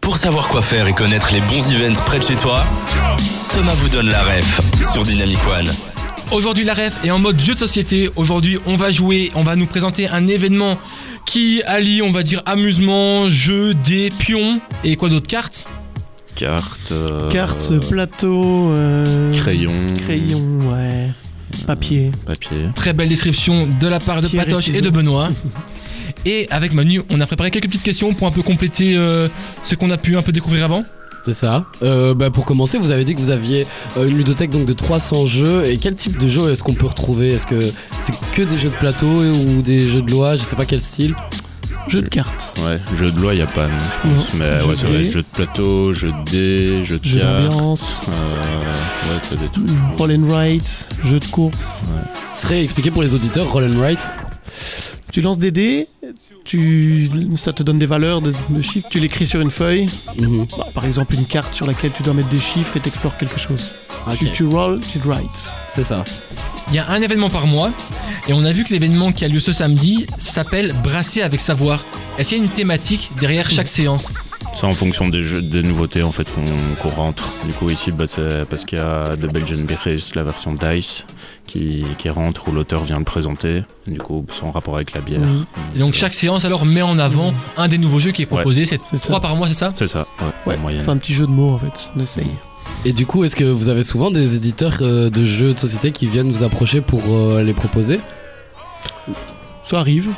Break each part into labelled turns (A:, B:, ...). A: Pour savoir quoi faire et connaître les bons events près de chez toi, Thomas vous donne la ref sur Dynamic One.
B: Aujourd'hui, la ref est en mode jeu de société. Aujourd'hui, on va jouer, on va nous présenter un événement qui allie, on va dire, amusement, jeu, des pions et quoi d'autre Cartes
C: Carte. euh,
D: Carte, plateau, euh,
C: Crayon.
D: crayon, ouais, papier.
C: Papier.
B: Très belle description de la part de
D: Pierre et
B: Patoche et,
D: ciseaux.
B: de Benoît. Et avec Manu, on a préparé quelques petites questions pour un peu compléter euh, ce qu'on a pu un peu découvrir avant.
E: C'est ça. Euh, bah, pour commencer, vous avez dit que vous aviez euh, une ludothèque donc de 300 jeux. Et quel type de jeux est-ce qu'on peut retrouver Est-ce que c'est que des jeux de plateau ou des jeux de loi Je sais pas quel style.
D: Jeu de cartes.
C: Ouais, jeu de loi, il a pas, non, je pense. Mais
D: Jeu
C: ouais,
D: de
C: ça va
D: dés.
C: être jeu de plateau, jeu de dés, jeu de
D: Jeu
C: cartes.
D: d'ambiance.
C: Euh, ouais, t'as des trucs.
D: Roll and write, jeu de course.
E: Ce serait expliqué pour les auditeurs, Roll and Write.
D: Tu lances des dés, tu, ça te donne des valeurs de, de chiffres, tu l'écris sur une feuille,
E: Mhm.
D: Bah, par exemple une carte sur laquelle tu dois mettre des chiffres et t'explores quelque chose.
E: Ok,
D: Tu, tu roll, tu write.
E: C'est ça.
B: Il y a un événement par mois et on a vu que l'événement qui a lieu ce samedi s'appelle Brasser avec savoir. Est-ce qu'il y a une thématique derrière chaque séance
D: Mm.
C: C'est en fonction des, jeux, des nouveautés en fait qu'on qu'on rentre. Du coup ici bah, c'est parce qu'il y a de Belgian Beers, la version Dice, qui, qui rentre où l'auteur vient le présenter. Du coup c'est en rapport avec la bière.
D: Mhm.
B: Et donc chaque séance alors met en avant un des nouveaux jeux qui est proposé. C'est
D: Mm. C'est ça.
B: trois par mois, c'est ça
C: C'est ça, ouais,
D: Ouais,
C: en moyenne.
D: enfin un petit jeu de mots en fait, on essaye.
E: Et du coup, est-ce que vous avez souvent des éditeurs euh, de jeux de société qui viennent vous approcher pour euh, les proposer
D: Ça arrive,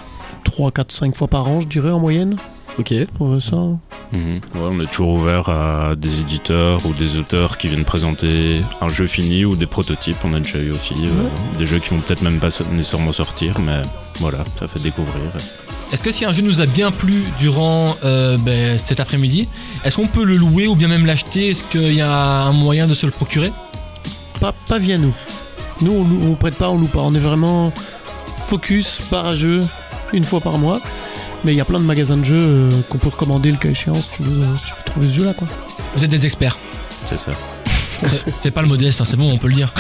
D: 3, 4, 5 fois par an je dirais en moyenne,
E: Ok.
D: pour euh, ça.
C: Mhm. Ouais, on est toujours ouvert à des éditeurs ou des auteurs qui viennent présenter un jeu fini ou des prototypes. On a déjà eu aussi euh, des jeux qui vont peut-être même pas so- nécessairement sortir, mais voilà, ça fait découvrir.
B: Est-ce que si un jeu nous a bien plu durant euh, ben, cet après-midi, est-ce qu'on peut le louer ou bien même l'acheter Est-ce qu'il y a un moyen de se le procurer
D: pas, pas via nous. Nous, on, loue- on prête pas, on loue pas. On est vraiment focus par jeu une fois par mois. Mais il y a plein de magasins de jeux euh, qu'on peut recommander le cas échéant si tu veux, euh, si tu veux trouver ce jeu-là. quoi.
B: Vous êtes des experts.
C: C'est ça.
B: Fais pas le modeste, hein, c'est bon, on peut le dire.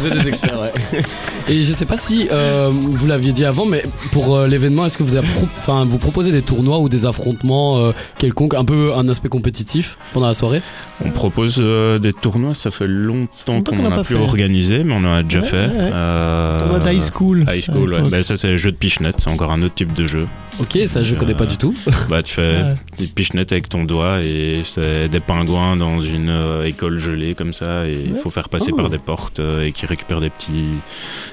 E: Vous êtes des experts, ouais. Et je sais pas si euh, vous l'aviez dit avant, mais pour euh, l'événement, est-ce que vous, appro- enfin, vous proposez des tournois ou des affrontements euh, quelconques, un peu un aspect compétitif pendant la soirée
C: On propose euh, des tournois, ça fait longtemps
D: Longtemps
C: qu'on
D: qu'on
C: n'en
D: a
C: a
D: pas
C: plus
D: fait.
C: organisé, mais on en a déjà
D: Ouais,
C: fait.
D: ouais, ouais.
C: Euh,
D: On a High School.
C: High School,
D: à
C: ouais.
D: l'époque.
C: Bah, ça, c'est le jeu de pichenette, c'est encore un autre type de jeu.
E: Ok, ça je
C: Euh,
E: connais pas du tout.
C: Bah, tu fais
D: Ouais.
C: des pichenettes avec ton doigt et c'est des pingouins dans une euh, école gelée comme ça et il faut faire passer
E: Oh.
C: par des portes euh, et qui récupèrent des petits,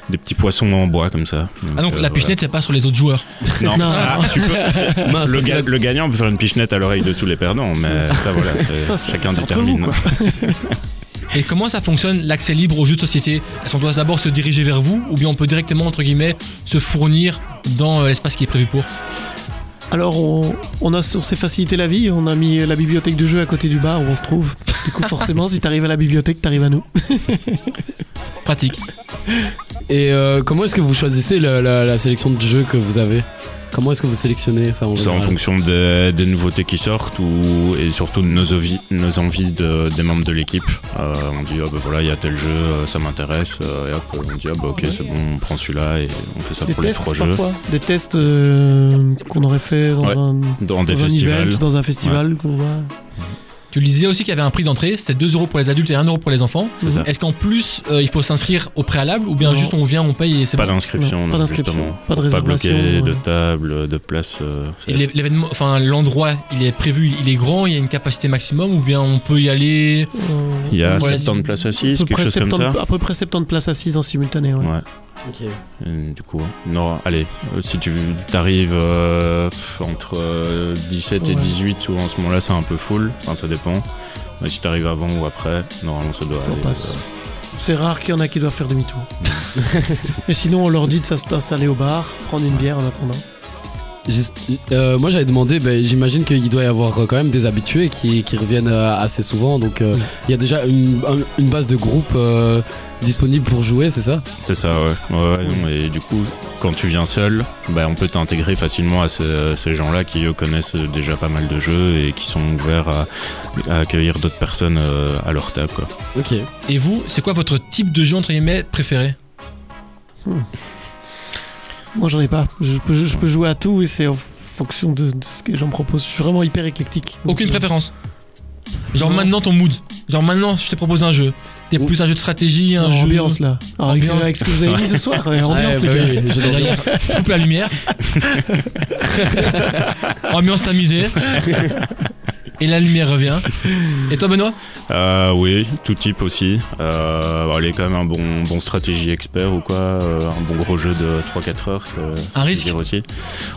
C: des petits poissons en bois comme ça.
B: Ah donc
C: euh,
B: la
C: voilà.
B: pichenette, c'est pas sur les autres joueurs.
C: Non,
D: Non.
C: Ah, tu peux-
E: Mince,
C: le,
E: parce que
C: ga-
E: la-
C: le gagnant peut faire une pichenette à l'oreille de tous les perdants, mais ça voilà, c'est-
D: Ça, c'est-
C: chacun
D: c'est entre vous,
C: détermine. hein.
D: quoi.
B: Et comment ça fonctionne l'accès libre aux jeux de société Est-ce qu'on doit d'abord se diriger vers vous ou bien on peut directement, entre guillemets, se fournir dans euh, l'espace qui est prévu pour
D: Alors, on, on a- on s'est facilité la vie. On a mis la bibliothèque de jeu à côté du bar où on se trouve. Du coup, forcément, si t'arrives à la bibliothèque, t'arrives à nous.
B: Pratique.
E: Et euh, comment est-ce que vous choisissez la, la- la sélection de jeux que vous avez Comment est-ce que vous sélectionnez ça en
C: C'est en
E: général
C: fonction des, des nouveautés qui sortent ou, et surtout de nos, ovi- nos envies de- des membres de l'équipe. Euh, on dit, ah bah voilà, il y a tel jeu, euh, ça m'intéresse. euh, et hop, on dit, ah bah ok, c'est bon, on prend celui-là et on fait ça
D: Des
C: pour les
D: tests,
C: trois jeux.
D: parfois. Des tests euh, qu'on aurait fait dans
C: Ouais.
D: un,
C: Dans des
D: dans un
C: festivals.
D: event, dans un festival. qu'on voit.
B: Tu le disais aussi qu'il y avait un prix d'entrée, c'était 2 euros pour les adultes et 1 euro pour les enfants.
C: C'est ça.
B: Est-ce qu'en plus, euh, il faut s'inscrire au préalable ou bien
D: Non.
B: juste on vient, on paye et c'est
C: Pas
B: bon
C: d'inscription,
D: Non,
C: non,
D: pas d'inscription,
C: justement.
D: pas de
C: Pas
D: réservation.
C: bloqué de
D: ouais.
C: table, de place. euh, c'est-
B: Et l'é- l'événement, enfin l'endroit, il est prévu, il est grand, il y a une capacité maximum ou bien on peut y aller
D: Euh,
C: il y a
B: Ouais.
C: 70 places
D: à
C: assises,
D: peu,
C: quelque
D: près
C: chose comme
D: 70
C: ça.
D: à peu près 70 places assises en simultané. Ouais.
C: Ouais.
E: Ok.
C: Et Du coup, non, allez, euh, si tu t'arrives euh, pff, entre euh, 17 et
D: Ouais.
C: 18, ou en ce moment-là, c'est un peu full, enfin, ça dépend. Mais si t'arrives avant ou après, normalement, ça doit
D: Ça
C: aller. euh,
D: passe. C'est rare qu'il y en a qui doivent faire demi-tour. Et sinon, on leur dit de s'as- s'installer au bar, prendre une bière en attendant.
E: Juste, euh, moi j'avais demandé, ben, j'imagine qu'il doit y avoir euh, quand même des habitués qui, qui reviennent euh, assez souvent, donc
D: Mm.
E: euh, il y a déjà une, un- une base de groupe euh, disponible pour jouer, c'est ça
C: C'est ça, ouais. Ouais, ouais, non, et du coup, quand tu viens seul, bah, on peut t'intégrer facilement à ce- ces gens-là qui, eux, connaissent déjà pas mal de jeux et qui sont ouverts à, à accueillir d'autres personnes euh, à leur table, quoi.
E: Ok.
B: Et vous, c'est quoi votre type de jeu entre guillemets préféré
D: Moi, j'en ai pas. Je peux, je peux jouer à tout et c'est en fonction de, de ce que j'en propose. Je suis vraiment hyper éclectique. Donc,
B: Aucune
D: euh,
B: préférence Genre
D: Non.
B: maintenant ton mood. Genre maintenant, je te propose un jeu. T'es plus un jeu de stratégie, un
D: Non,
B: jeu.
D: ambiance là. Alors, avec,
B: Ambiance.
D: avec ce que vous avez mis ce soir, euh, ambiance
E: Ouais,
D: les
E: bah
D: gars.
E: oui, oui, jeu d'ambiance.
B: Je coupe la lumière. ambiance tamisée. Et la lumière revient. Et toi, Benoît
C: Euh, oui, tout type aussi. Euh, allez, quand même un bon, bon stratégie expert ou quoi, euh, un bon gros jeu de 3-4 heures. c'est- c'est
B: risque.
C: dire aussi.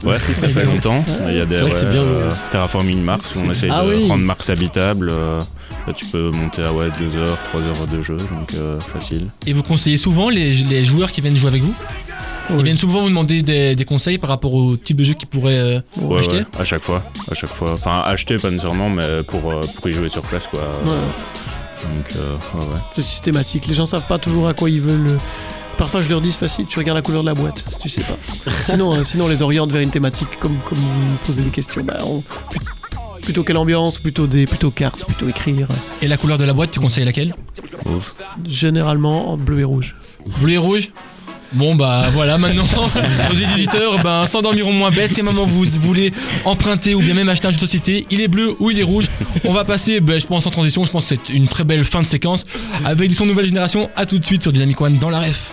C: Ouais, ça fait longtemps. Il y a des euh,
E: C'est vrai que c'est bien, ouais.
C: Terraforming Mars, on essaye
E: Ah
C: de
E: oui.
C: rendre Mars habitable. euh, là, tu peux monter à ouais, 2 heures, 3 heures de jeu, donc euh, facile.
B: Et vous conseillez souvent les, les joueurs qui viennent jouer avec vous Ils
D: Oui.
B: viennent souvent vous demander des, des conseils par rapport au type de jeu qu'ils pourraient euh,
C: Ouais,
B: acheter
C: ouais, à chaque fois, à chaque fois. Enfin, acheter pas nécessairement, mais pour, euh, pour y jouer sur place, quoi. Donc, euh, ouais, ouais.
D: C'est systématique. Les gens savent pas toujours à quoi ils veulent. euh, Parfois, je leur dis c'est facile, tu regardes la couleur de la boîte, si tu sais pas. Sinon, euh, sinon on les oriente vers une thématique comme, comme vous me posez des questions. Bah, on- plut- plutôt quelle ambiance, plutôt des plutôt cartes, plutôt écrire.
B: Et la couleur de la boîte, tu conseilles laquelle
C: Ouf.
D: Généralement en bleu et rouge.
B: Bleu et rouge Bon bah voilà maintenant nos éditeurs ben s'endormiront moins bêtes si maman vous voulez emprunter ou bien même acheter un jeu de société il est bleu ou il est rouge on va passer ben, je pense sans transition je pense que c'est une très belle fin de séquence avec son nouvelle génération à tout de suite sur Dynamic One dans la ref